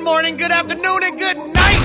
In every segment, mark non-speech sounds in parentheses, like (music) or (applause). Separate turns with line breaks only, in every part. morning, good afternoon, and good night.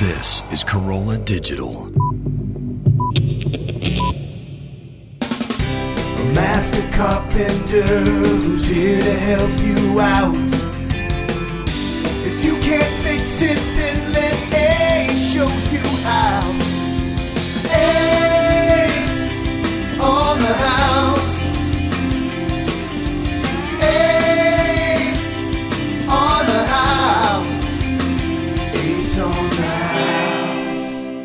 This is Corolla Digital.
A master carpenter who's here to help you out. If you can't fix it, then let A show you how. Ace on the house. Ace on the house. Ace on the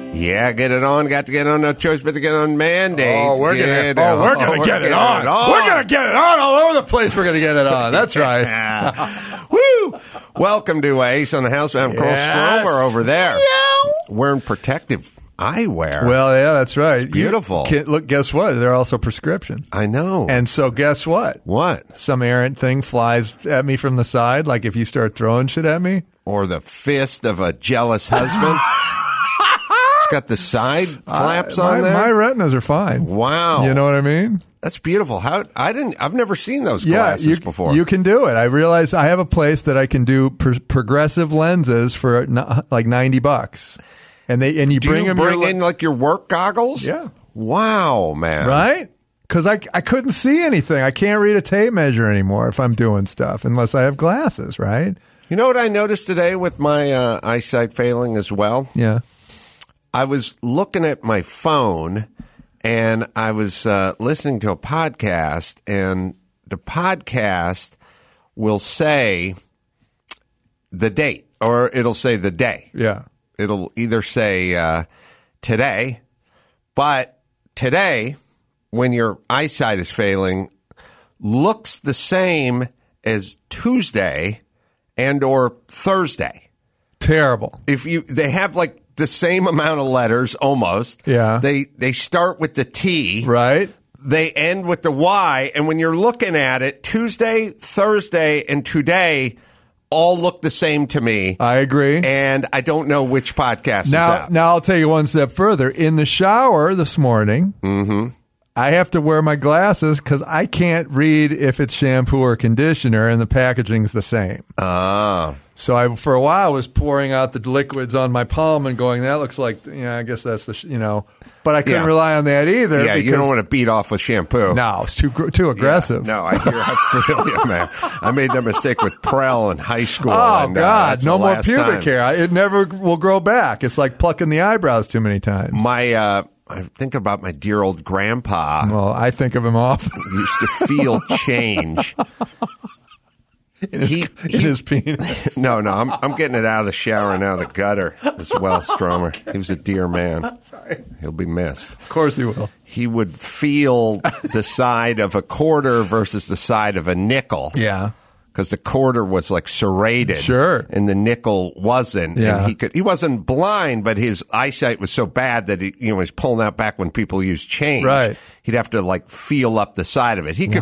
house.
Yeah, get it on. Got to get on. No choice but to get on mandate.
Oh, we're
Get
gonna,
on.
oh, we're gonna get it
getting
on. We're gonna get it on all over the place. We're gonna get it on. That's right.
(laughs) Woo! Welcome to Ace on the House. I'm Carl
Yes.
Stromer over there. Wearing protective eyewear.
Well, yeah, that's right. You
beautiful.
can- look, guess what? They're also prescription.
I know.
And so, guess what?
what?
Some errant thing flies at me from the side. Like if you start throwing shit at me,
Or the fist of a jealous
(laughs)
husband. it's got the side flaps
my,
on there.
my retinas are fine.
Wow.
You know what I mean?
That's beautiful. How I didn't. I've never seen those glasses
you,
before.
You can do it. I realize I have a place that I can do pr- progressive lenses for n- like ninety bucks, and they and you
Do
bring
you
them
bring in like your work goggles?
Yeah.
Wow, man.
right? Because I, I couldn't see anything. I can't read a tape measure anymore if I'm doing stuff unless I have glasses, right?
You know what I noticed today with my uh, eyesight failing as well?
Yeah.
I was looking at my phone and I was uh, listening to a podcast, and the podcast will say the date or it'll say the day.
Yeah.
It'll either say uh, today, but today, when your eyesight is failing, looks the same as Tuesday and or Thursday
Terrible.
if you they have like the same amount of letters almost.
Yeah.
They they start with the T.
Right?
They end with the Y, and when you're looking at it, Tuesday, Thursday, and today all look the same to me.
I agree.
and I don't know which podcast
now,
is out.
now I'll take you one step further. In the shower this morning,
Mm-hmm.
I have to wear my glasses because I can't read if it's shampoo or conditioner, and the packaging's the same.
Ah.
So I, for a while, was pouring out the liquids on my palm and going, "That looks like, you know, I guess that's the, sh-, you know." But I couldn't
Yeah.
rely on that either.
yeah, you
because-
don't want to beat off with shampoo.
No, it's too gr- too aggressive.
No, I hear I feel you, man. I made that mistake with Prel in high school.
Oh
and, uh,
God!
that's
No
the
more
last
pubic
time.
hair. I- It never will grow back. It's like plucking the eyebrows too many times. (laughs)
My uh I think about my dear old grandpa.
Well, I think of him often
used to
(laughs)
feel change.
in his, (laughs)
He-
in
he-
his
(laughs)
penis.
No, no, I'm, I'm getting it out of the shower and out of the gutter as well, Stromer. He was a dear man. He'll be missed.
Of course he will.
He would feel the side of a quarter versus the side of a nickel.
Yeah.
Because the quarter was like serrated,
Sure.
and the nickel wasn't.
Yeah.
And he could, he wasn't blind, but his eyesight was so bad that he, you know, he was pulling out back when people used change.
Right.
he'd have to like feel up the side of it. He could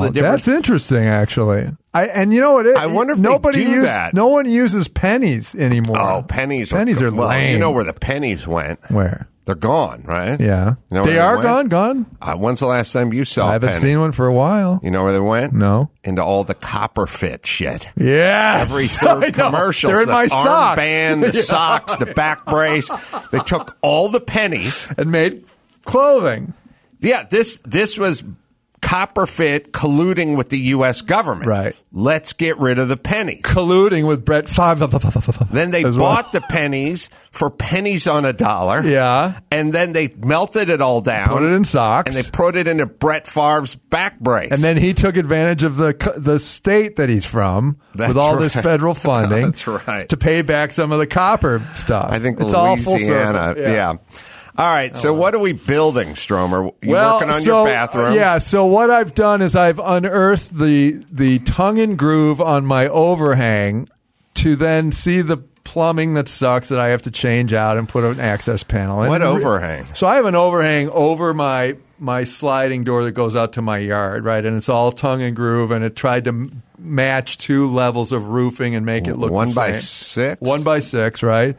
feel the difference.
that's interesting, actually. I and you know what? It,
I wonder if they
nobody
do
used-
that.
No one uses pennies anymore.
Oh, pennies!
Pennies are
well,
lame.
You know where the pennies went?
Where?
They're gone, right?
Yeah,
You know where
they are
went?
gone. Gone.
Uh, when's the last time you saw?
I haven't
a penny?
seen one for a while.
You know where they went?
No.
Into all the copper fit
(laughs)
shit.
Yeah,
Every third commercial,
They're in
the
my socks.
armband,
(laughs)
the socks, the back brace. They took all the pennies.
and made clothing.
Yeah, this this was Copperfit colluding with the U.S. government.
Right.
Let's get rid of the pennies.
colluding with Brett.
Then they
as well.
bought the pennies for pennies on a dollar.
Yeah.
And then they melted it all down.
Put it in socks.
And they put it into Brett Favre's back brace.
And then he took advantage of the co- the state that he's from
That's
with all this
right. (laughs)
federal funding.
That's right.
To pay back some of the copper stuff.
I think
it's all full circle. Oh,
Louisiana. yeah. All right. So what are we building, Stromer? You
well,
working on
so, uh,
your bathroom?
Yeah, so what I've done is I've unearthed the the tongue and groove on my overhang to then see the plumbing that sucks that I have to change out and put an access panel in.
What overhang?
So I have an overhang over my my sliding door that goes out to my yard, right? And it's all tongue and groove and it tried to m- match two levels of roofing and make it look
One
the
by
same.
six?
One by six, right?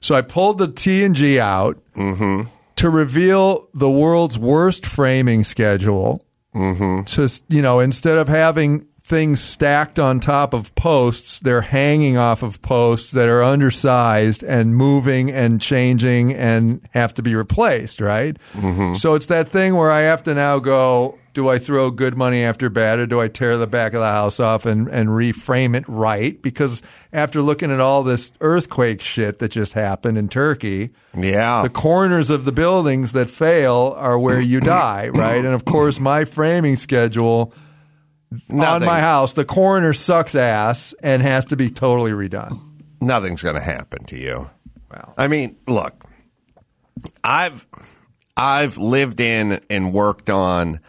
So I pulled the T and G out
Mm-hmm.
to reveal the world's worst framing schedule. Mm-hmm. Just you know, instead of having things stacked on top of posts, they're hanging off of posts that are undersized and moving and changing and have to be replaced. Right. Mm-hmm. So it's that thing where I have to now go. Do I throw good money after bad, or do I tear the back of the house off and, and reframe it right? Because after looking at all this earthquake shit that just happened in Turkey,
Yeah.
the corners of the buildings that fail are
(coughs)
where you die, right? And of course, my framing schedule
Nothing.
on my house, the corner sucks ass and has to be totally redone.
Nothing's going to happen to you.
Wow.
I mean, look, I've I've lived in and worked on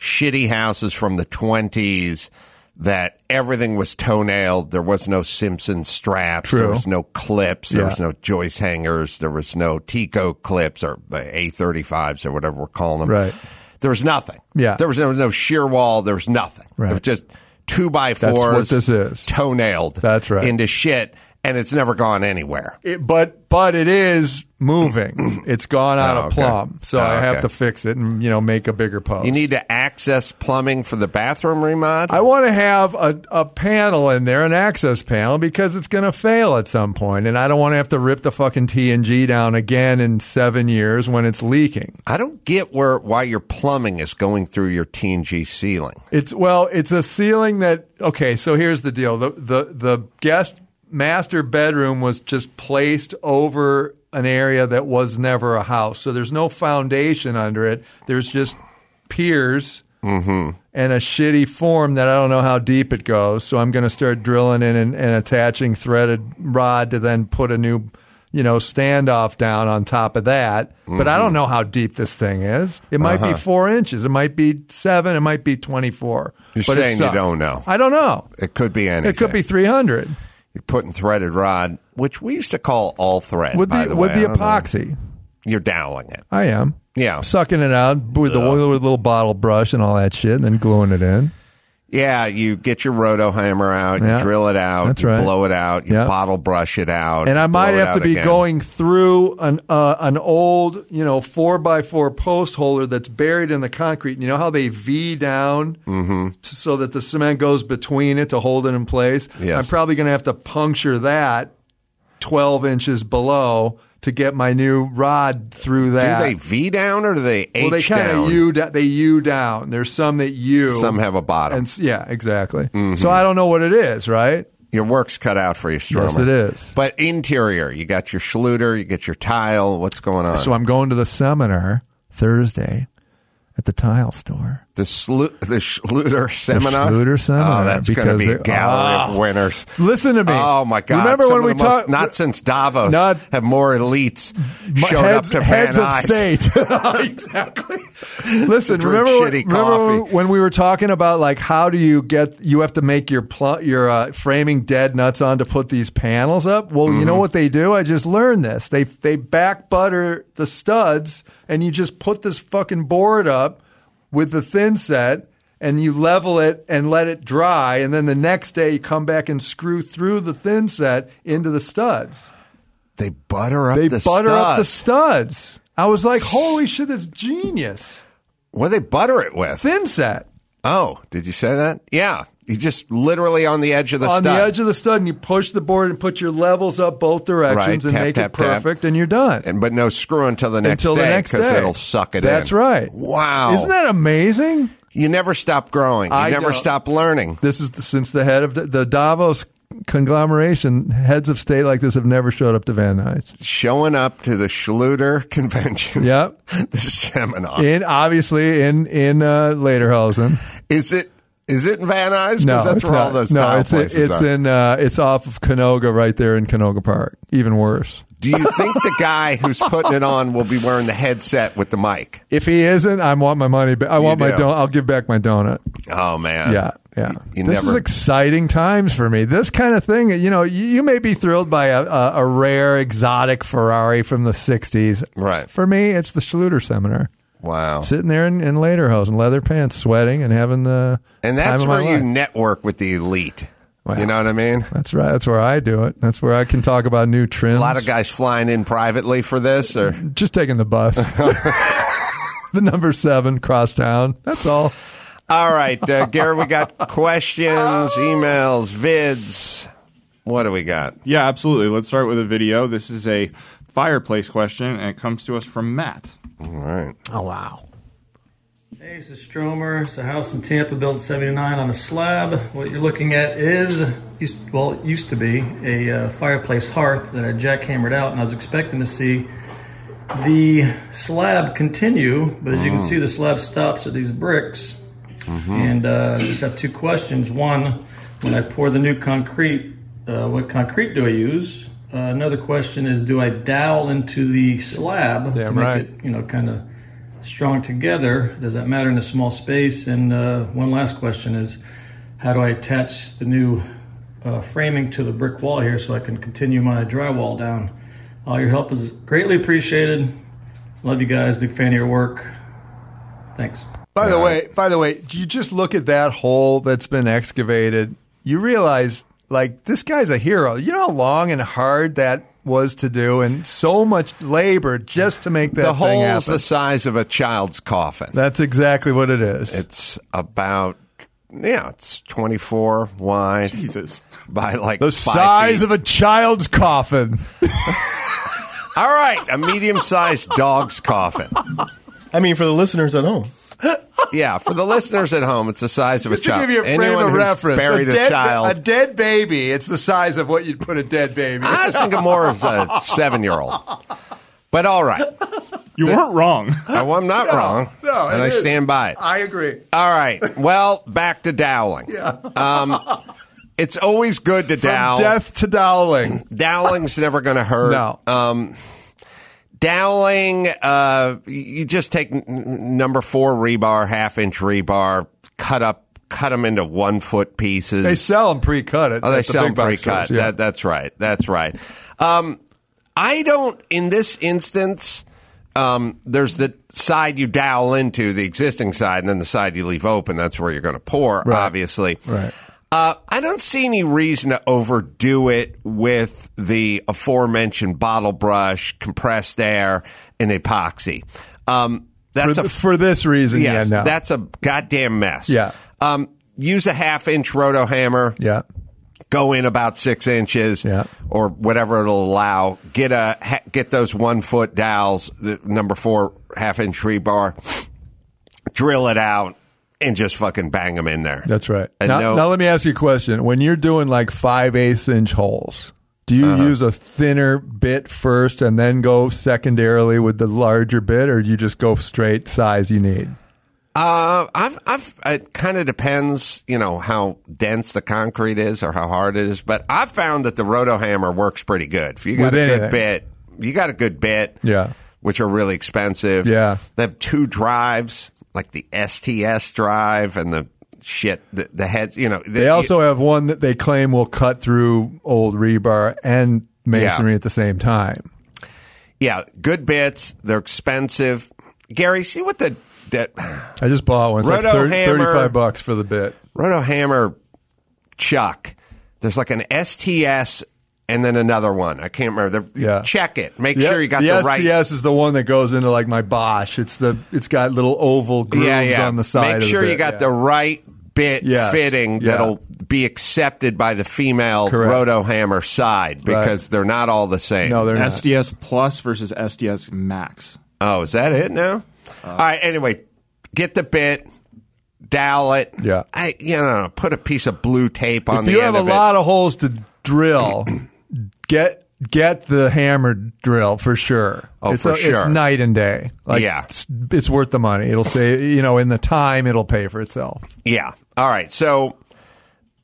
shitty houses from the twenties that everything was toenailed. There was no Simpson straps. There
True.
was no clips. There
Yeah.
was no joist hangers. There was no Tico clips or A thirty fives or whatever we're calling them.
Right.
There was nothing.
Yeah.
There was no, no shear wall. There was nothing. It
Right.
was just two by
That's
fours.
what this is.
Toenailed.
That's right.
Into shit, and it's never gone anywhere.
It, but but it is
(clears throat)
moving. It's gone out
Oh,
of
okay.
plumb, so
Oh,
I have
okay.
to fix it and you know make a bigger post.
You need to access plumbing for the bathroom remod.
I want to have a, a panel in there, an access panel, because it's going to fail at some point, and I don't want to have to rip the fucking TNG down again in seven years when it's leaking.
I don't get where why your plumbing is going through your TNG ceiling.
It's well, it's a ceiling that okay, so here's the deal. The the the guest master bedroom was just placed over an area that was never a house. So there's no foundation under it. There's just piers
Mm-hmm.
and a shitty form that I don't know how deep it goes. So I'm going to start drilling in and, and attaching threaded rod to then put a new, you know, standoff down on top of that. But
Mm-hmm.
I don't know how deep this thing is. It might
Uh-huh.
be four inches. It might be seven. It might be 24.
You're
but it
saying you
sucks.
don't know.
I don't know.
It could be anything.
It could be 300
You're putting threaded rod, which we used to call all thread.
with
by
the,
the
with
way.
the
I don't know.
epoxy.
You're doweling it.
I am.
Yeah.
Sucking it out with the with a little bottle brush and all that shit and then gluing it in.
Yeah, you get your roto hammer out,
Yeah.
you drill it out,
That's
you
right.
blow it out, you
Yeah.
bottle brush it out,
and I
you
might
blow it
have to
out
be
again.
going through an uh, an old you know four by four post holder that's buried in the concrete. You know how they V down
Mm-hmm.
to, so that the cement goes between it to hold it in place.
Yes.
I'm probably going to have to puncture that twelve inches below to get my new rod through
Do
that.
they V down or do they H
well, they kind
down?
of U da- they U down. There's some that U.
Some have a bottom.
and s- yeah, exactly. So I don't know what it is, right?
your work's cut out for you, Stromer.
Yes, it is.
But interior, you got your Schluter, you get your tile. What's going on?
So I'm going to the seminar Thursday at the tile store.
the Schlu- the Schluter seminar.
Schluter seminar,
Oh, that's going to
because
be a
they-
gallery of
Oh.
winners.
Listen to me.
Oh my God!
Remember
Some
when
of
we
the most-
talked?
Not since Davos
Not-
have more elites
my-
showed
heads,
up to Van
heads of
Nuys.
state.
exactly.
Listen,
To drink
remember, when,
shitty
remember
coffee.
when we were talking about like how do you get you have to make your pl- your uh, framing dead nuts on to put these panels up? Well, you
Mm-hmm.
know what they do? I just learned this. They they back butter the studs and you just put this fucking board up with the thin set and you level it and let it dry and then the next day you come back and screw through the thin set into the studs.
(laughs) They butter up
They
the
butter up the
studs.
studs. I was like, "Holy shit, that's genius."
What do they butter it with?
Thin set.
Oh, did you say that? Yeah, you just literally on the edge of the
on
stud.
the edge of the stud and you push the board and put your levels up both directions
Right,
and
tap,
make
tap,
it
tap.
perfect and you're done.
and but no screw until the next
Until the
day
next
because
day.
it'll suck it in.
That's right.
Wow.
Isn't that amazing?
You never stop growing. You
I
never
don't.
stop learning.
This is the, since the head of the, the Davos conglomeration, heads of state like this have never showed up to Van Nuys.
Showing up to the Schluter (laughs) convention. (laughs)
Yep.
the seminar.
In obviously in in uh, Lederhosen.
Is it? (laughs) Is it in Van Nuys? 'Cause
No,
that's
it's
where all
not.
those
no,
tile
it's
places
it's
are.
in uh, it's off of Canoga right there in Canoga Park. Even worse.
Do you think the guy who's putting it on will be wearing the headset with the mic?
If he isn't, I want my money. But I want my
do.
don- I'll give back my donut.
Oh man,
Yeah, yeah.
You
this
never.
is exciting times for me. This kind of thing, you know, you, you may be thrilled by a, a, a rare exotic Ferrari from the '60s.
Right.
For me, it's the Schluter seminar.
wow.
Sitting there in, in lederhosen, leather pants, sweating, and having the
And
time
that's
of
where
my
you
life.
network with the elite.
Wow.
You know what I mean?
That's right. That's where I do it. That's where I can talk about new trims.
A lot of guys flying in privately for this, or
just taking
(laughs)
the bus. (laughs) the number seven crosstown. (laughs) That's all.
all right, uh, Gary, we got questions, emails, vids. What do we got?
Yeah, absolutely. Let's start with a video. This is a fireplace question, and it comes to us from Matt.
All right,
Oh wow.
Hey, this is Stromer. It's a house in Tampa built in 79 on a slab. What you're looking at is, used, well, it used to be a uh, fireplace hearth that I jackhammered out, and I was expecting to see the slab continue, but as you can see, the slab stops at these bricks. And uh, I just have two questions. One, when I pour the new concrete, uh, what concrete do I use? Uh, another question is, do I dowel into the slab to
Damn
make
right.
it, you know, kind of strong together? Does that matter in a small space? And uh, one last question is, how do I attach the new uh, framing to the brick wall here so I can continue my drywall down? All your help is greatly appreciated. Love you guys. Big fan of your work. Thanks.
By the way, by the way, you just look at that hole that's been excavated. You realize, like, this guy's a hero. You know how long and hard that was to do, and so much labor just to make that
the
thing
hole's
happen.
the size of a child's coffin.
that's exactly what it is.
It's about yeah, it's twenty four wide
Jesus.
by like
the size of a child's coffin.
all right, a medium sized dog's coffin.
I mean, for the listeners at home,
Yeah, for the listeners at home, it's the size of
Just
a
to
child.
give you a frame
Anyone
of
who's
reference,
Buried
a,
a,
dead,
child.
a dead baby. It's the size of what you'd put a dead baby.
I was thinking more of a seven year old. But all right.
You weren't wrong.
I, well, I'm not wrong.
no,
and
it
I
is.
stand by it.
I agree.
all right. Well, back to doweling. Yeah. Um, it's always good to dowl.
From death to dowling.
Dowling's never going to hurt.
No.
Um, Dowling, uh, you just take n- n- number four rebar, half inch rebar, cut up, cut them into one foot pieces.
They sell them pre-cut. At,
Oh, they
at the
sell
big box
pre-cut.
stores, yeah.
That, that's right. That's right. Um, I don't. In this instance, um, there's the side you dowel into, the existing side, and then the side you leave open. That's where you're going to pour, obviously.
Right.
Uh, I don't see any reason to overdo it with the aforementioned bottle brush, compressed air, and epoxy. Um,
for,
that's a
th- for this reason,
yes,
yeah, no.
that's a goddamn mess.
Yeah.
Um, use a half inch roto hammer
yeah.
go in about six inches
Yeah.
or whatever it'll allow. Get a ha- get those one foot dowels, the number four half inch rebar. Drill it out and just fucking bang them in there.
That's right.
And
Now,
no-
now let me ask you a question. When you're doing like five eighths inch holes, do you
Uh-huh.
use a thinner bit first and then go secondarily with the larger bit, or do you just go straight size you need?
Uh, I've, I've, it kind of depends, you know, how dense the concrete is or how hard it is. But I've found that the roto hammer works pretty good. If you got a
With anything.
good bit, you got a good bit.
Yeah.
Which are really expensive.
Yeah.
They have two drives, like the STS drive and the shit, the, the heads, you know. the-
They also have one that they claim will cut through old rebar and masonry
Yeah.
at the same time.
yeah, good bits. They're expensive. Gary, see what the, that
I just bought one. It's like
Roto
thir-
hammer.
35 bucks for the bit.
roto hammer chuck. There's like an STS and then another one. I can't remember. They're-
Yeah.
Check it. Make
Yeah,
sure you got
the
the,
STS
right.
is the one that goes into like my Bosch. It's the it's got little oval grooves
yeah, yeah.
on the side. of
Make
the
sure you
bit,
got
yeah.
the right bit
Yes,
fitting
yeah.
that'll be accepted by the female
Correct.
roto hammer side because they're not all the same.
no, they're not.
SDS Plus versus SDS Max.
Uh,
Oh, is that it now? All right. Anyway, get the bit, dowel it.
Yeah.
I, you know, put a piece of blue tape on
if
the
you
end
have a
of
lot of holes to drill,
(clears throat)
get get the hammer drill for sure.
Oh,
it's
for
It's
sure.
night and day. Like,
Yeah.
it's, it's worth the money. It'll say you know in the time it'll pay for itself.
it. Yeah. All right. So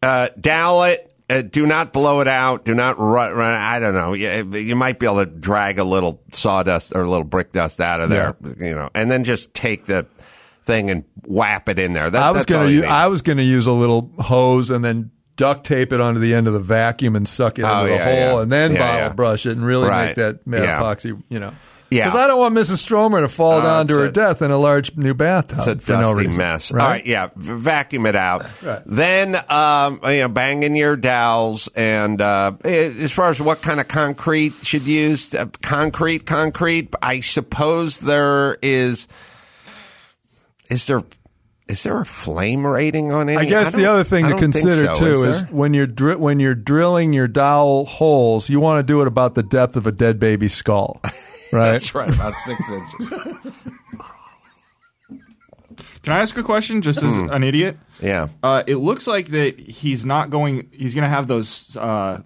uh, dowel it. Uh, do not blow it out. Do not run. run I don't know. You, you might be able to drag a little sawdust or a little brick dust out of there, you know, and then just take the thing and whap it in there. That,
I was
that's all
gonna
you
u-
need.
I was gonna use a little hose and then duct tape it onto the end of the vacuum and suck it
Oh,
into the
yeah,
hole
yeah.
and then
Yeah,
bottle
yeah.
brush it and really
Right.
make that mad
Yeah.
epoxy. You know.
Yeah. Uh,
Because I don't want Mrs. Stromer to fall down to
it's
her
a-
death in a large new bathtub
It's a
for no
dusty
reason,
mess.
Right?
All right, yeah, v- vacuum it
(laughs)
out. Then um, you know, bang in your dowels. And uh, eh, as far as what kind of concrete should use, uh, concrete, concrete. I suppose there is. Is there? Is there a flame rating on any?
I guess the
don't-
other thing
I
to
don't think
consider
so,
too
is
is,
there?
when you're dri- when you're drilling your dowel holes, you want to do it about the depth of a dead
(laughs)
baby's skull, right?
That's right, about six
(laughs)
inches.
Can I ask a question, just as an idiot?
Hmm. Yeah.
Uh, it looks like that he's not going. He's going to have those. Uh,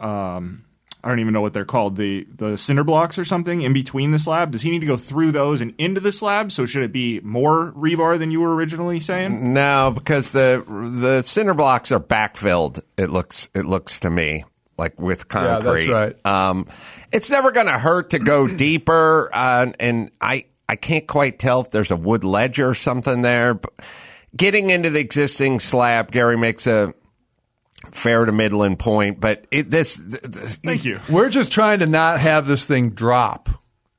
um, I don't even know what they're called. The the cinder blocks or something in between the slab. Does he need to go through those and into the slab? So should it be more rebar than you were originally saying?
No, because the the cinder blocks are backfilled. It looks it looks to me like with
that's
concrete.
right.
Um, it's never going to hurt to
(clears throat)
go deeper, uh, and I I can't quite tell if there's a wood ledge or something there. But getting into the existing slab, Gary makes a fair to middling point, but it, this, th- th-
Thank you.
We're just trying to not have this thing drop.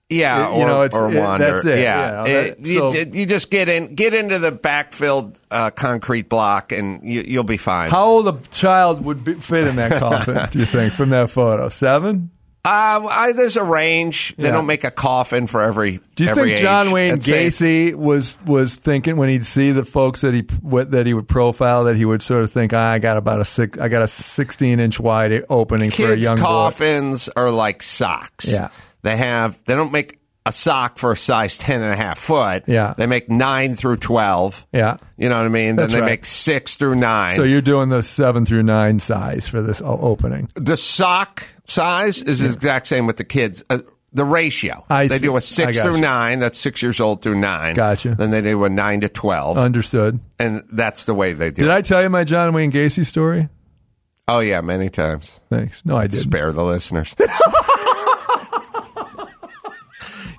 Yeah,
It- you
or,
know, it's-
or
it-
wander.
that's it.
Yeah,
Yeah,
It-
that-
you,
so-
ju- you just get in, get into the backfilled uh, concrete block, and you, you'll be fine.
How old a child would be, fit
(laughs)
in that coffin? do you think from that photo? Seven?
Uh, I, there's a range. They
Yeah.
don't make a coffin for every.
Do you
every
think
age.
John Wayne
I'd say it's-
Gacy was was thinking when he'd see the folks that he what, that he would profile that he would sort of think "Ah, I got about a six I got a sixteen inch wide opening for a
Kids'
young boy.
coffins are like socks.
Yeah.
they have. They don't make a sock for a size 10 and a half foot.
Yeah.
they make nine through twelve.
Yeah.
you know what I mean.
That's
then they
right.
make six through nine.
So you're doing the seven through nine size for this o- opening.
the sock size is the exact same with the kids. Uh, the ratio.
I
they
see.
do
I
a six
gotcha.
through nine. That's six years old through nine.
Gotcha.
Then they do a nine to twelve,
Understood.
and that's the way they do.
Did
it.
I tell you my John Wayne Gacy story?
Oh yeah, many times.
Thanks. No, I didn't.
Spare the listeners. (laughs)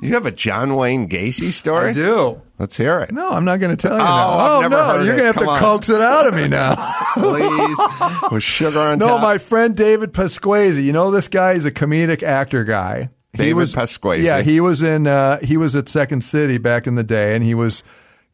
you have a John Wayne Gacy story?
I do.
Let's hear it.
No, I'm not going to tell you. now.
I've
oh
never
no,
heard
you're
it.
gonna have
Come
to
on.
coax it out of me now.
(laughs)
(laughs)
Please. (laughs) With sugar on
no,
top.
my friend David Pasquazi. You know this guy? He's a comedic actor guy. He
David
was-
Pasquazi.
Yeah, he was in. Uh, he was at Second City back in the day, and he was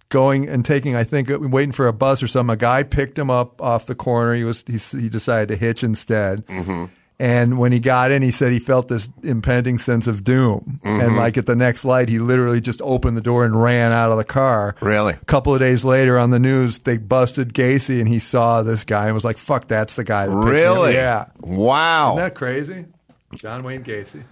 going and taking. I think uh, waiting for a bus or something. A guy picked him up off the corner. He was. He, s- he decided to hitch instead.
Mm-hmm.
And when he got in, he said he felt this impending sense of doom.
Mm-hmm.
And like at the next light, he literally just opened the door and ran out of the car.
Really?
A couple of days later on the news, they busted Gacy and he saw this guy and was like, fuck, that's the guy. That picked me up."
Really?
Yeah.
Wow.
Isn't that crazy? John Wayne Gacy.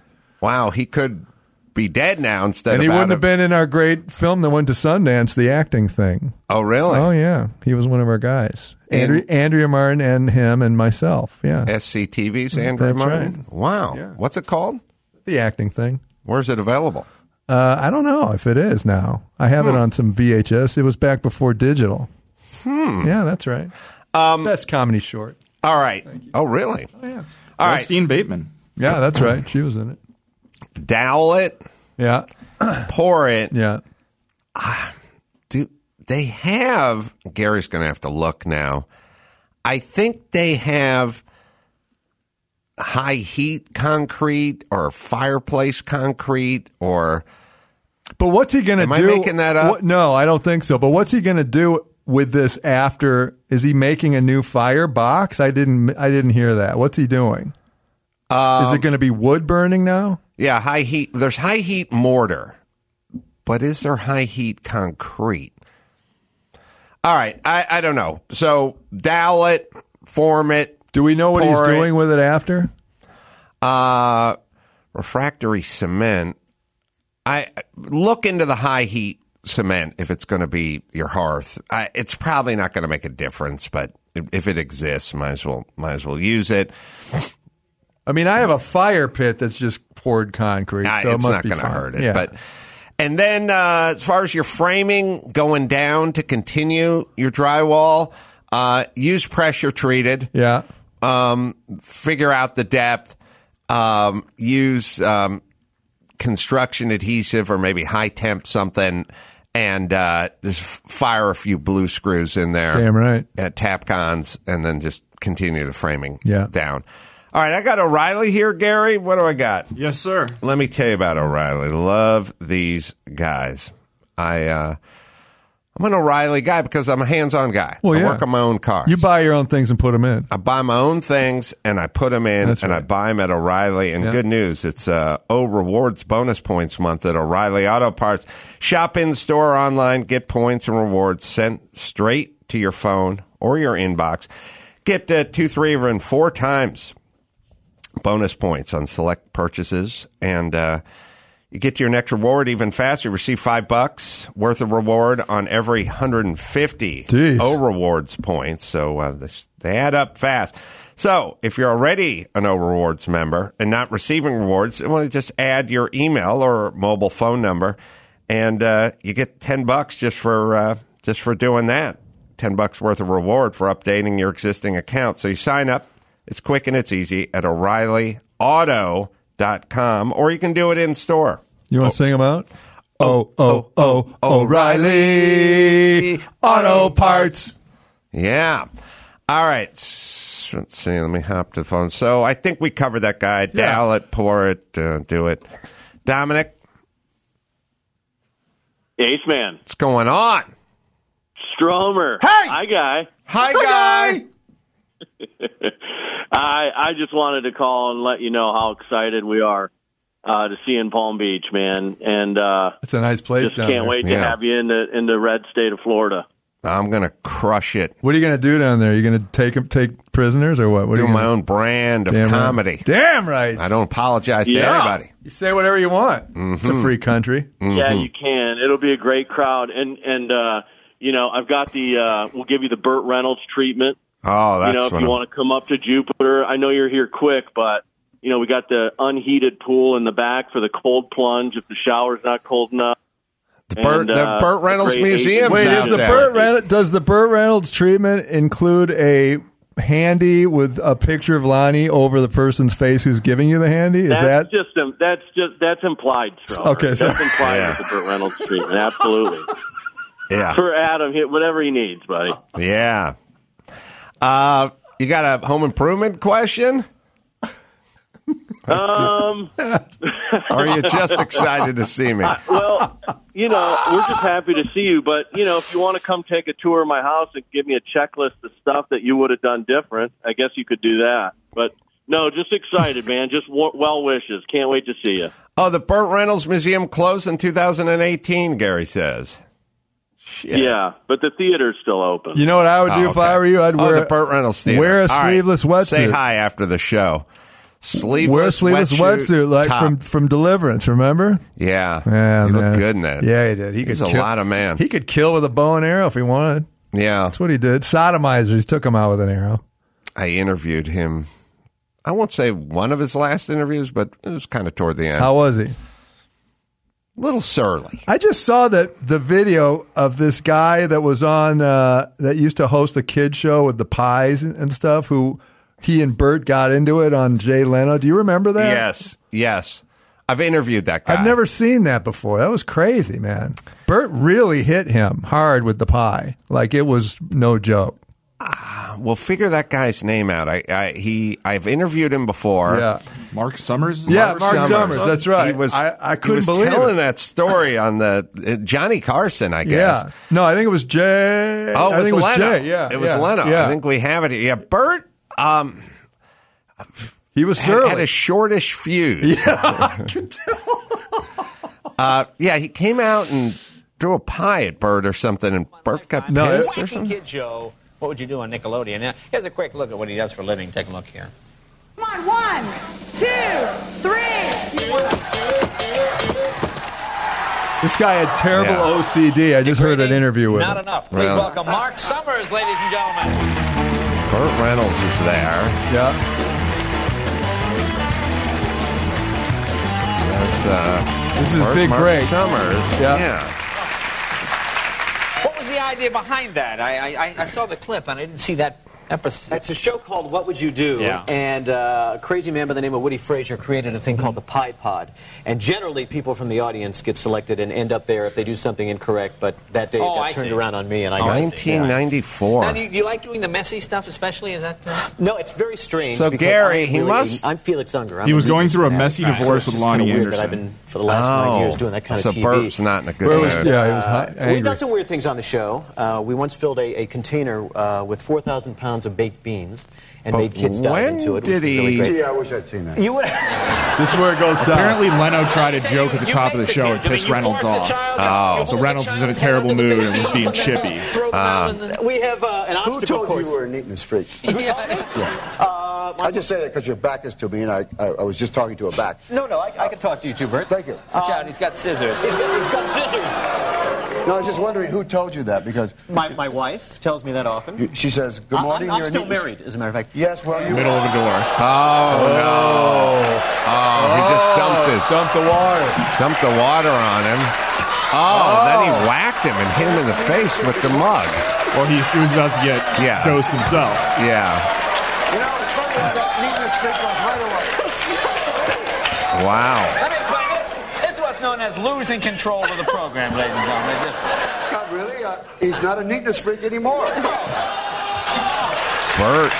wow, he could be dead now instead
And
of
he
out
wouldn't have
of-
been in our great film that went to Sundance, the acting thing.
Oh, really?
Oh, yeah. He was one of our guys.
And-
Andre- Andrea Martin and him and myself. Yeah.
SCTV's Andrew
That's
Martin.
right.
Wow. What's it called?
The acting thing.
Where's it available?
Uh, I don't know if it is now. I have
Hmm.
it on some VHS. It was back before digital. Hmm. Yeah, that's right. Um, Best comedy short.
All right. Oh, really?
Yeah.
All right.
Justine Bateman.
Yeah, that's right. She was in it.
Dowel it,
Yeah.
pour it. Ah,
Yeah.
do they have Gary's going to have to look now. I think they have high heat concrete or fireplace concrete or
But what's he going to
Am
do?
I making that up?
What- no, I don't think so. But what's he going to do with this after? Is he making a new firebox? I didn't. I didn't hear that. What's he doing? is
Um,
it going to be wood burning now?
yeah, high heat there's high heat mortar. But is there high heat concrete? All right, I, I don't know. So dowel it, form it.
Do we know what he's
pour it.
doing with it after?
Uh, refractory cement. I look into the high heat cement if it's going to be your hearth. I, it's probably not going to make a difference, but if it exists, might as well might as well use it.
I mean, I have a fire pit that's just poured concrete,
I-
so it
it's
must
not
be
going to
fine.
hurt it.
Yeah.
But and then uh, as far as your framing going down to continue your drywall, uh, use pressure treated.
yeah,
Um, figure out the depth. Um, use um, construction adhesive or maybe high temp something, and uh, just f- fire a few blue screws in there.
Damn right.
At Tapcons, and then just continue the framing
Yeah.
down. All right, I got O'Reilly here, Gary. What do I got?
Yes, sir.
let me tell you about O'Reilly. Love these guys. I uh, I'm an O'Reilly guy because I'm a hands-on guy.
Well,
I
yeah.
work on my own cars.
you buy your own things and put them in.
I buy my own things and I put them in
That's
and I
right.
buy them at O'Reilly. And good news, it's uh, O Rewards Bonus Points Month at O'Reilly Auto Parts. Shop in store, or online, get points and rewards sent straight to your phone or your inbox. Get uh, two, three, even four times bonus points on select purchases and uh, you get your next reward even faster you receive five bucks worth of reward on every 150
Jeez.
o rewards points so uh, this, they add up fast so if you're already an o rewards member and not receiving rewards well just add your email or mobile phone number and uh, you get 10 bucks just for uh, just for doing that 10 bucks worth of reward for updating your existing account so you sign up it's quick and it's easy at O'ReillyAuto.com, or you can do it in store.
You want to sing them out? Oh, oh, oh, O'Reilly Auto Parts.
Yeah. All right. S- Let's see. Let me hop to the phone. So I think we covered that guy. Dowel it, pour it, uh, do it. Dominic,
Ace Man,
what's going on?
Stromer. Hey, hi guy.
Hi, guy.
(laughs) I I just wanted to call and let you know how excited we are uh, to see you in Palm Beach, man, and uh,
It's a nice place
just
down
can't
there.
wait to
Yeah.
have you in the in the red state of Florida.
I'm going to crush it.
What are you going to do down there? You going to take 'em- take prisoners or what? What are
Do
you
my
gonna-
own brand of
Damn right.
comedy.
Damn right.
I don't apologize to Mm-hmm.
Yeah.
anybody.
You say whatever you want. It's a free country.
Yeah, you can. It'll be a great crowd, and and uh, you know I've got the uh, we'll give you the Burt Reynolds treatment.
Oh, that's
you know, if
what
you
I'm-
want to come up to Jupiter, I know you're here quick, but you know we got the unheated pool in the back for the cold plunge if the shower's not cold enough.
the Burt,
and,
the
uh,
Burt
the
Reynolds
great
Museum.
Asian
Wait,
Sounds
is the
out.
Burt Reynolds, does the Burt Reynolds treatment include a handy with a picture of Lonnie over the person's face who's giving you the handy? Is that
That's just um, that's just that's implied. Stromer.
Okay, so-
that's implied
Yeah.
with the Burt Reynolds treatment. Absolutely,
(laughs) Yeah.
for Adam, hit whatever he needs, buddy.
Mm-hmm. Yeah. Uh, you got a home improvement question?
(laughs)
Um,
Or are you just excited to see me?
well, you know, we're just happy to see you, but you know, if you want to come take a tour of my house and give me a checklist of stuff that you would have done different, I guess you could do that. But no, just excited, man. Just w- well wishes. Can't wait to see you.
Oh, the Burt Reynolds Museum closed in 2018, Gary says.
Yeah, but the theater's still open.
you know what I would do
Oh,
if I
okay.
were you? I'd
Oh,
wear
the Burt Reynolds Theater.
wear a
All right.
sleeveless
Say
wetsuit.
hi after the show. Sleeveless
wear a sleeveless wetsuit, like
top.
from from Deliverance. Remember?
yeah,
Yeah,
you
man.
look good in that.
Yeah, he did. He
He's
could
a
kill-
lot of man.
He could kill with a bow and arrow if he wanted.
yeah,
That's what he did. Sodomizers took him out with an arrow.
I interviewed him. I won't say one of his last interviews, but it was kind of toward the end.
How was he?
little surly.
I just saw that the video of this guy that was on uh, that used to host the kid show with the pies and, and stuff. Who he and Bert got into it on Jay Leno. Do you remember that?
Yes, yes. I've interviewed that guy.
I've never seen that before. That was crazy, man. Bert really hit him hard with the pie. Like it was no joke.
We'll figure that guy's name out. I, I he I've interviewed him before.
Yeah.
Mm.
Mark Summers. is
Yeah,
that
Mark
right?
Summers. That's right.
He was.
I- I
he
couldn't
was
believe it.
telling that story on the uh, Johnny Carson, I guess.
Yeah. No, I think it was Jay.
Oh,
I
it was,
think
Leno.
Jay. Yeah.
it was
yeah,
Leno.
Yeah.
I think we have it. here. Yeah, Bert um,
he was
had,
surly.
had a shortish fuse. Yeah,
(laughs)
uh, yeah, he came out and threw a pie at Bert or something, and Bert got
No, it-
pissed or something.
Kid Joe, what would you do on Nickelodeon? Now, here's a quick look at what he does for a living. Take a look here.
Come on, one, two, three.
This guy had terrible
Yeah.
OCD. I just heard an interview with
Not
him.
enough. Please
Really?
welcome Mark Summers, ladies and gentlemen.
Burt Reynolds is there.
Yeah.
There's, uh,
This is
Mark-
big
Mark
break.
Summers.
Yeah.
yeah.
What was the idea behind that? I, I, I- I saw the clip and I didn't see that episode.
It's a show called What Would You Do?
Yeah.
And uh, a crazy man by the name of Woody Frazier created a thing called the Pie Pod. And generally, people from the audience get selected and end up there if they do something incorrect. But that day
Oh,
it got
I
turned
see. Oh,
around on me, and I got
1994.
Now, do you, do you like doing the messy stuff, especially? Is that uh,
No, it's very strange.
So,
because
Gary,
I'm
he
really-
must-
I'm Felix Unger. I'm
He was
media
going through a
fanatic,
messy
so
divorce
it's
with
just kinda
Lonnie
weird That I've
Anderson.
been for the last
Oh.
nine years doing that kind
so
of TV.
Burp's not in a good
Burt
mood.
was- yeah, he was hot.
Uh, we've
angry.
done some weird things on the show. Uh, we once filled a, a container uh, with 4,000 pounds of baked beans and made kids dive
when
into it.
did
which was
he-
Really great.
I wish I'd seen that.
You would.
This is where it goes down.
Apparently, Leno tried a
You say
joke
you-
at the
you
top of
make
the show and
kids, I mean,
pissed
you
Reynolds
force
off. Oh,
the child, you- you
So
hold the
Reynolds was in a
child's hand
terrible
under the
mood
baby,
and was
you
being
look at them,
chippy. Um,
throw them out in the-
We have uh, an
Who
obstacle
told you
course.
you were a neatness
(laughs)
freak? Uh,
Yeah.
I just say that because your back is to me, and I, I, I was just talking to a back.
No, no, I, I can talk to you too, Bert.
Thank you.
Watch out, he's got scissors.
He's got, he's got scissors.
No, I was just wondering who told you that because
My, my wife tells me that often.
you, she says, "Good
I-
morning."
I'm, I'm
you're a
still
neatness-" Uh,
married, as a matter of fact.
Yes, well, you
Middle of a divorce.
Oh, no.
Oh,
Oh, he just dumped his
Dumped the water.
dumped the water on him. Oh, then he whacked him and hit him in the face with the mug.
Well, he, he was about to get
Yeah.
dosed himself.
Yeah.
You know, it's funny how that neatness freak was right away.
Wow.
Let me explain this. This is what's known as losing control of the program, ladies and gentlemen. Just,
Not really. Uh, he's not a neatness freak anymore.
Bert.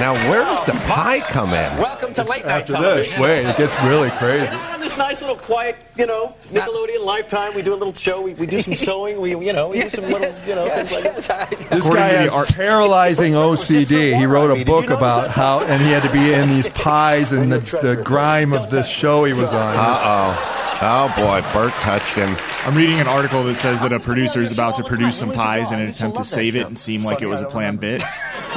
Now, where does the pie come in?
Welcome to late night
After this, wait, it gets really crazy.
We're on this nice little quiet, you know, Nickelodeon Lifetime. We do a little show. We, we do some sewing. We, you know, we do some little, you
(laughs)
know, things like that.
This
According
guy
to the
has
art-
paralyzing OCD. He wrote a
Did you
book
notice
about
that?
how, and he had to be in these pies and the, the grime of this show he was on.
Uh-oh. Oh, boy. Bert touched him.
I'm reading an article that says that a producer is about to produce some pies in an attempt to save it and seem like it was a planned bit.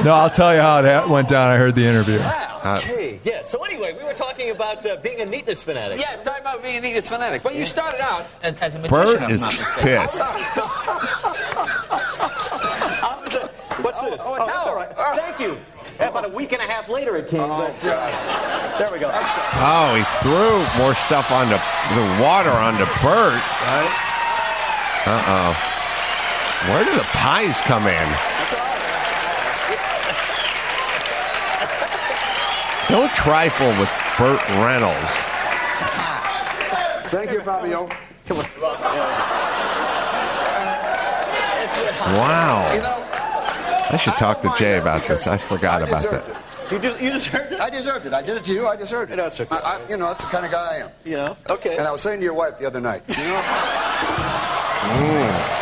No, I'll tell you how it ha- went down. I heard the interview.
Uh,
Okay. Yeah. So anyway, we were talking about uh, being a neatness fanatic.
yeah, it's talking about being a neatness fanatic. But you started out as, as a magician.
Bert
if I'm
is
not mistaken. (laughs)
pissed.
I was, uh, what's this?
oh, a
that's
towel.
all right. Thank you. About a week and a half later, it came. but, uh, there we go.
Oh, he threw more stuff onto the water onto Bert. Uh-oh. Where do the pies come in? Don't trifle with Burt Reynolds.
Thank you, Fabio. You
Wow.
know,
I should talk to Jay about this. I forgot about
deserved
that.
You just you just heard
it.
this.
I deserved it. I did it to you. I deserved it.
No, it's okay.
I, I, you know, that's the kind of guy I am.
You know. Okay.
And I was saying to your wife the other night, you know, (laughs)
Mm.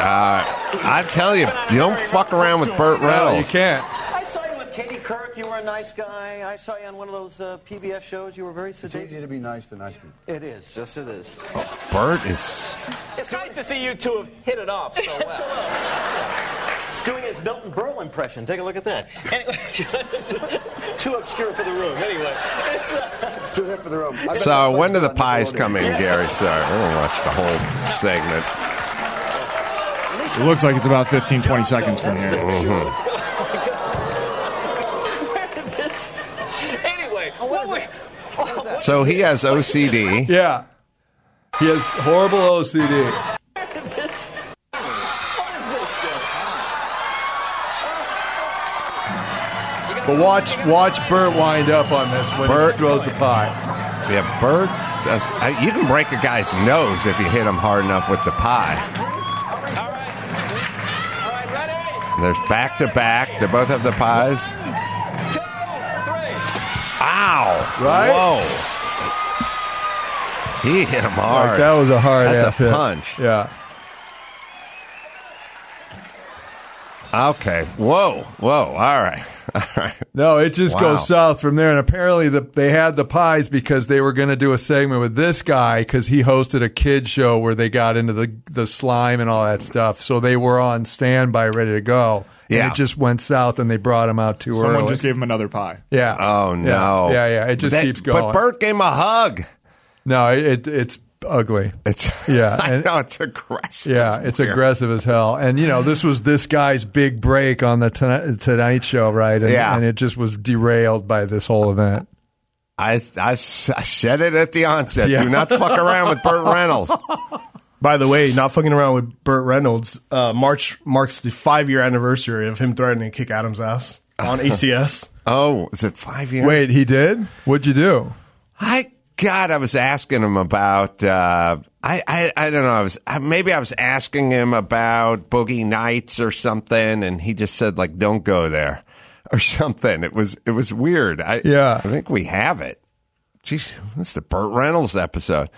Uh, I tell you, you don't fuck around with Burt
No, you
Reynolds.
can't.
I saw you with Katie Kirk. You were a nice guy. I saw you on one of those uh, PBS shows. You were very
it's easy
sedate.
to be nice to nice people.
It is. Yes, it is.
Burt is.
It's nice to see you two have hit it off so
(laughs)
well.
It's doing his Milton Berle impression. Take a look at that.
(laughs)
Anyway, too obscure for the room. Anyway, it's, uh,
It's too hip for the room. I bet
So
that
when do the
place is on
pies
Nickelodeon.
come in, Gary? Sorry, I don't watch the whole segment.
It looks like it's about 15, 20 seconds from here.
where did this? Anyway, what, were-
Mm-hmm. So he has OCD.
Yeah. He has horrible OCD.
where did this? What is this?
But watch watch Bert wind up on this when
Bert-
Bert throws the pie.
Yeah, Burt does. I, you can break a guy's nose if you hit him hard enough with the pie.
All right. All right, ready?
There's back to back. They both have the pies.
Two, three.
Ow!
Right?
Whoa! He hit him hard.
Like, that was a hard
That's
ass
a
hit.
punch.
Yeah.
Okay. Whoa. Whoa. All right. (laughs) All right.
No, it just
Wow.
goes south from there. And apparently, the, they had the pies because they were going to do a segment with this guy because he hosted a kid show where they got into the the slime and all that stuff. So they were on standby, ready to go.
Yeah.
And it just went south, and they brought him out too early.
Someone just gave him another pie.
Yeah.
Oh
Yeah.
no.
Yeah, yeah. It just
That-
keeps going.
But Bert gave him a hug. (laughs)
No, it, it it's ugly.
It's (laughs)
Yeah,
I
and-
know it's aggressive.
Yeah, it's
Weird.
aggressive as hell. And you know, this was this guy's big break on the Tonight, tonight Show, right? And,
Yeah.
and it just was derailed by this whole event.
I, I s- I said it at the onset.
Yeah.
Do not fuck around with
(laughs)
Burt Reynolds.
By the way, not fucking around with Burt Reynolds. Uh, March marks the five year anniversary of him threatening to kick Adam's ass (laughs)
(laughs)
on ACS.
Oh, is it five years?
E Wait, he did? What'd you do?
I God, I was asking him about. Uh, I, I I don't know. I was I, maybe I was asking him about Boogie Nights or something, and he just said like, "Don't go there," (laughs) or something. It was it was weird. I
Yeah.
I think we have it. Jeez, this is the Burt Reynolds episode.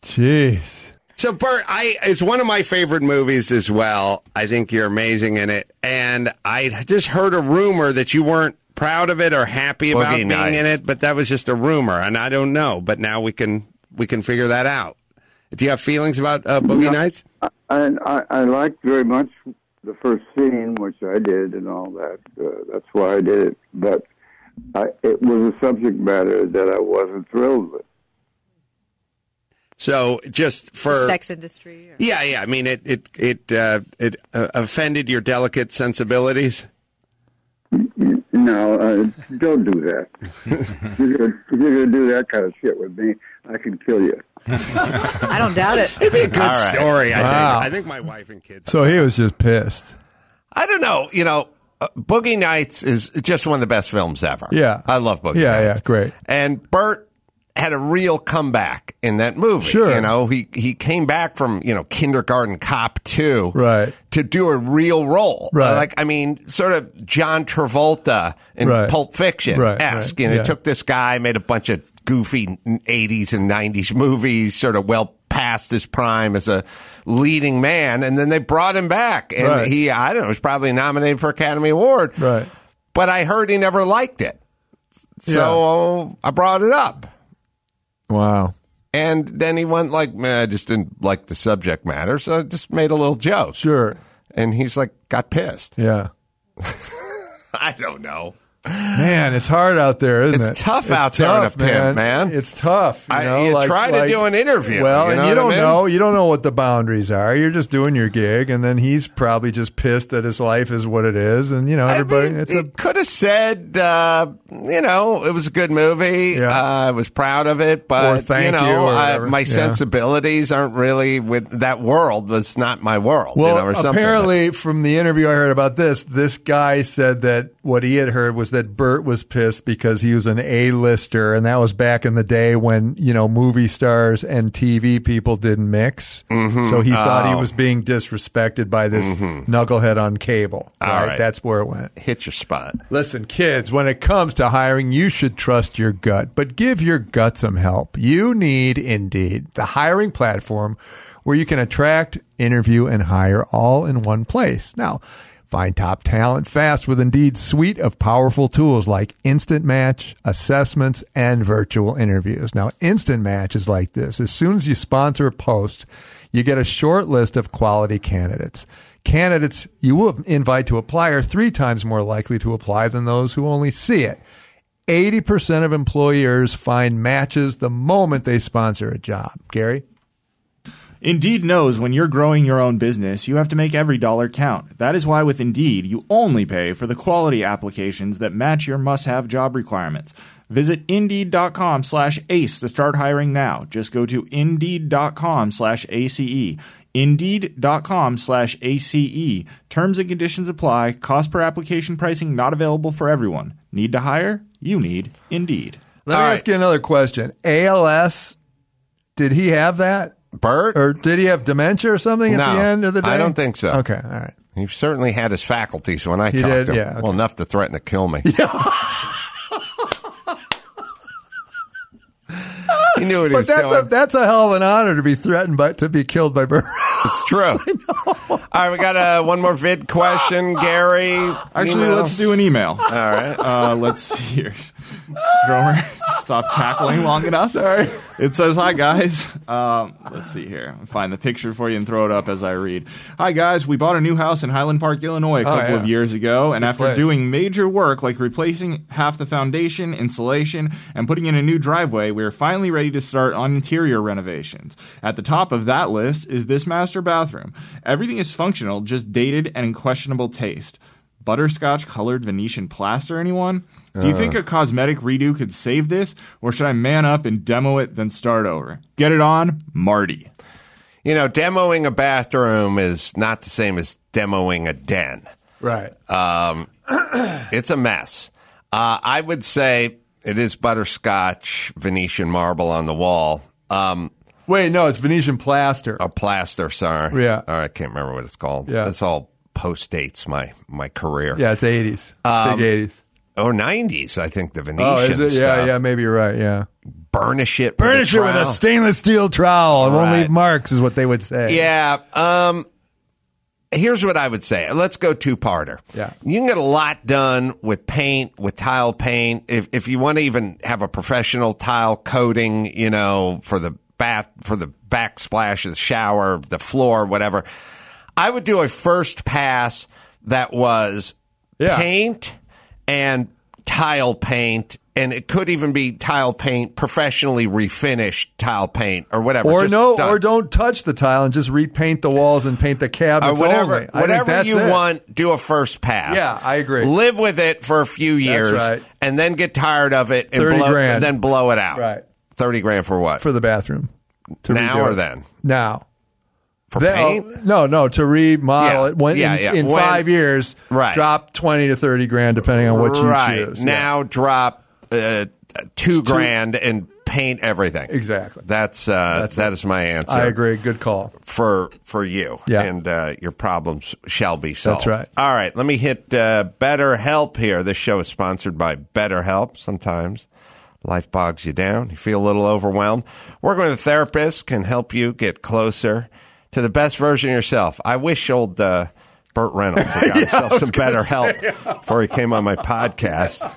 Jeez.
So Bert, I it's one of my favorite movies as well. I think you're amazing in it, and I just heard a rumor that you weren't proud of it or happy about
Boogie
being
Nights.
in it, but that was just a rumor, and I don't know. But now we can we can figure that out. Do you have feelings about uh, Boogie Nights?
And I, I liked very much the first scene, which I did, and all that. Uh, that's why I did it. But I, it was a subject matter that I wasn't thrilled with.
So just for
sex industry.
yeah, yeah. I mean it it it uh, it uh, offended your delicate sensibilities.
No, uh, don't do that. (laughs) you're gonna, if you're gonna do that kind of shit with me. I can kill you.
I don't doubt it.
(laughs) It'd be a
good
story. I
Wow.
think I think my wife and kids.
So he was just pissed.
I don't know. You know, uh, Boogie Nights is just one of the best films ever.
Yeah.
I love Boogie
yeah,
Nights.
yeah, great.
And Burt had a real comeback in that movie.
Sure.
You know, he, he came back from, you know, Kindergarten Cop 2
Right.
to do a real role.
Right.
Uh, Like, I mean, sort of John Travolta in
Right.
Pulp Fiction esque.
Right, right,
And
yeah.
it took this guy, made a bunch of goofy 80s and 90s movies, sort of well past his prime as a leading man. And then they brought him back. And
Right.
he, I don't know, was probably nominated for Academy Award.
Right.
But I heard he never liked it. So I brought it up.
Wow.
And then he went like, "Meh, I just didn't like the subject matter, so I just made a little joke.
Sure.
And he's like, got pissed.
Yeah.
I don't know.
Man, it's hard out there, isn't it?
It's tough out there in a pimp, man.
It's tough. You,
I-
know,
you
like-
try to
like-
do an interview,
Well,
you
and
know
you
what I
don't
mean?
know. You don't know what the boundaries are. You're just doing your gig, and then he's probably just pissed that his life is what it is, and you know everybody. it's a
Could have said, uh, you know, it was a good movie. Uh, I was proud of it, but
Or thank
you know,
you or
I,
whatever.
my
Yeah.
sensibilities aren't really with that world. Was not my world. you
Well,
know, or something.
apparently, from the interview I heard about this, this guy said that what he had heard was that Bert was pissed because he was an A-lister, and that was back in the day when you know movie stars and TV people didn't mix. So he thought he
Oh. Mm-hmm.
was being disrespected by this knucklehead on cable.
All right.
that's where it went.
hit your spot.
Listen, kids, when it comes to hiring, you should trust your gut, but give your gut some help. You need Indeed, the hiring platform where you can attract, interview, and hire all in one place. Now, find top talent fast with Indeed's suite of powerful tools like Instant Match, assessments, and virtual interviews. Now, Instant Match is like this as soon as you sponsor a post, you get a short list of quality candidates. Candidates you will invite to apply are three times more likely to apply than those who only see it. 80% of employers find matches the moment they sponsor a job. Gary?
Indeed knows when you're growing your own business, you have to make every dollar count. That is why with Indeed, you only pay for the quality applications that match your must-have job requirements. Visit Indeed.com slash ACE to start hiring now. Just go to Indeed.com slash E. ACE. Indeed.com slash ACE. Terms and conditions apply. Cost per application pricing not available for everyone. Need to hire? You need Indeed.
Let me ask you another question. ALS, did he have that?
Bert?
Or did he have dementia or something
no,
at the end of the day?
I don't think so.
Okay, all right.
He certainly had his faculties when I
He
talked
did,
to him.
yeah, okay.
Well, enough to threaten
(laughs)
to kill me. He knew what he
but
was
that's
doing.
a that's a hell of an honor to be threatened by to be killed by bird.
It's
(laughs)
true. All right, we got uh, one more vid
(laughs)
question, Gary.
Actually,
email.
let's do an email. All (laughs)
right.
Uh, let's see here. Stromer, (laughs) stop cackling long enough. Sorry. It says, Hi, guys. Um, let's see here. I'll Find the picture for you and throw it up as I read. Hi, guys. We bought a new house in Highland Park, Illinois, a
Oh,
couple
yeah.
of years ago. And
Good
after
place.
doing major work like replacing half the foundation, insulation, and putting in a new driveway, we are finally ready to start on interior renovations. At the top of that list is this master bathroom. Everything is functional, just dated and in questionable taste butterscotch colored Venetian plaster anyone? Do you
Uh.
think a cosmetic redo could save this, or should I man up and demo it, then start over? Get it on, Marty.
You know, demoing a bathroom is not the same as demoing a den.
Right.
Um, (clears throat) it's a mess. Uh, I would say it is butterscotch Venetian marble on the wall. Um,
Wait, no, it's Venetian plaster.
A plaster, sorry.
Yeah.
All right, I can't remember what it's called.
Yeah.
This all post dates my, my career.
Yeah, it's eighties,
Um,
big eighties.
Or 90s, I think the Venetian
Oh, is it? Yeah,
stuff.
yeah. Maybe you're right. Yeah.
Burnish it.
Burnish it with a
trowel.
stainless steel trowel. It won't
Right.
leave marks, is what they would say.
Yeah. Um, here's what I would say. Let's go two parter.
Yeah.
You can get a lot done with paint, with tile paint. If if you want to even have a professional tile coating, you know, for the bath, for the backsplash, of the shower, the floor, whatever. I would do a first pass that was paint and tile paint. And it could even be tile paint, professionally refinished tile paint or whatever.
Or
Just
no,
done.
or don't touch the tile and just repaint the walls and paint the
or
cabinets.
whatever,
only. I think
whatever
that's
you
it.
want, do a first pass.
Yeah, I agree.
Live with it for a few years,
right.
and then get tired of it and
30
blow,
grand.
and then blow it out.
Right.
thirty grand for what?
for the bathroom to
now
redo
or
it.
then?
Now
For
Then-
paint?
oh, no, no, to remodel
Yeah,
it when,
yeah,
in,
yeah.
in
When-
five years.
Right.
drop twenty to thirty grand depending on what you
right
choose.
now, drop uh, two grand and paint everything.
Exactly.
That's, uh, that is my answer.
I agree. Good call.
for for you,
Yeah.
and uh, your problems shall be solved.
That's right.
All right, let me hit uh, BetterHelp here. This show is sponsored by BetterHelp. Sometimes life bogs you down, you feel a little overwhelmed. Working with a therapist can help you get closer to the best version of yourself. I wish old uh, Burt Reynolds
(laughs)
had got himself some BetterHelp before he came on my podcast.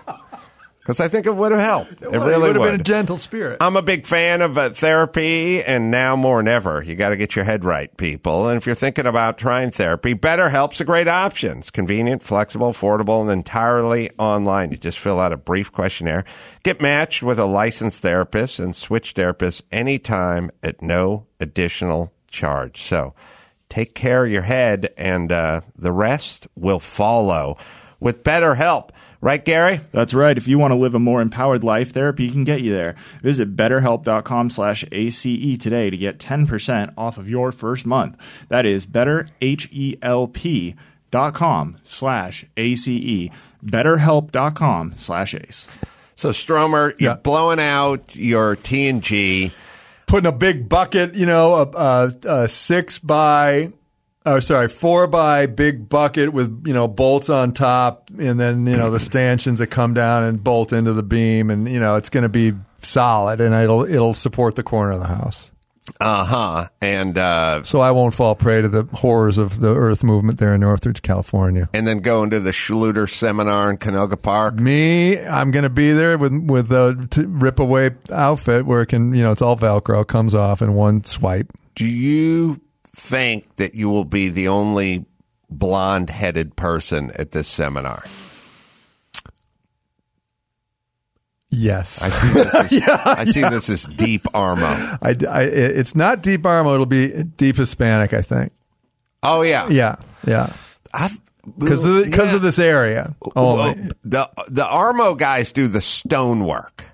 Because I think it would have helped. It,
Well, you
really
would
would.
have been a gentle spirit.
I'm a big fan of uh, therapy, and now more than ever, you got to get your head right, people. And if you're thinking about trying therapy, BetterHelp's a great option. It's convenient, flexible, affordable, and entirely online. You just fill out a brief questionnaire, get matched with a licensed therapist, and switch therapists anytime at no additional charge. So take care of your head, and uh, the rest will follow with BetterHelp. Right, Gary?
That's right. If you want to live a more empowered life, therapy can get you there. Visit betterhelp.com slash ACE today to get 10% off of your first month. That is betterhelp.com slash E. ACE. Betterhelp.com slash ACE.
So, Stromer, you're blowing out your T and G.
Putting a big bucket, you know, a, a, a six by, oh sorry, four by big bucket with you know bolts on top, and then you
(laughs)
know the stanchions that come down and bolt into the beam, and you know it's going to be solid, and it'll it'll support the corner of the house.
Uh huh. And uh,
So I won't fall prey to the horrors of the Earth movement there in Northridge, California.
and then going to the Schluter seminar in Canoga Park.
Me, I'm going to be there with with a t- rip away outfit where it can, you know, it's all Velcro, comes off in one swipe.
Do you think that you will be the only blonde headed person at this seminar?
Yes,
I
(laughs)
see this as,
Yeah,
I see
yeah.
this as deep armo.
I, I- it's not deep Armo. It'll be deep Hispanic, I think.
Oh yeah,
Yeah, yeah. Because of, the- 'cause Oh, of this area.
Well,
Only.
the the armo guys do the stone work.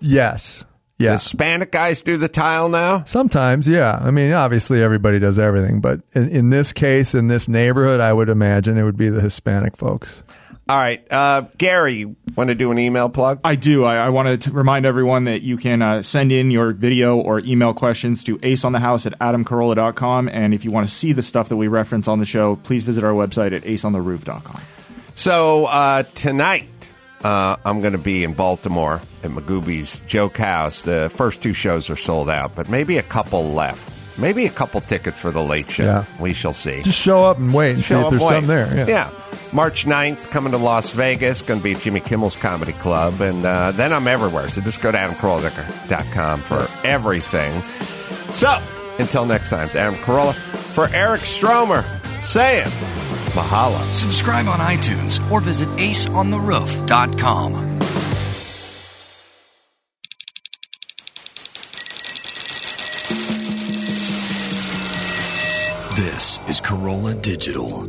yes. Yeah.
The Hispanic guys do the tile now.
Sometimes, yeah. I mean, obviously everybody does everything, but in, in this case, in this neighborhood, I would imagine it would be the Hispanic folks.
All right, uh, Gary, you want to do an email plug?
I do. I, I want to remind everyone that you can uh, send in your video or email questions to aceonthehouse at adamcarolla.com. And if you want to see the stuff that we reference on the show, please visit our website at aceontheroof.com.
So uh, tonight, uh, I'm going to be in Baltimore at Magooby's Joke House. The first two shows are sold out, but maybe a couple left. Maybe a couple tickets for the late show.
Yeah.
We shall see.
Just show up and wait and see if
up
there's
late.
something there. Yeah.
March 9th, coming to Las Vegas. Going to be at Jimmy Kimmel's Comedy Club. And uh, then I'm everywhere. So just go to AdamKaroldicker.com for everything. So until next time, it's Adam Carolla for Eric Stromer saying mahalo.
Subscribe on iTunes or visit aceontheroof.com. This is Corolla Digital.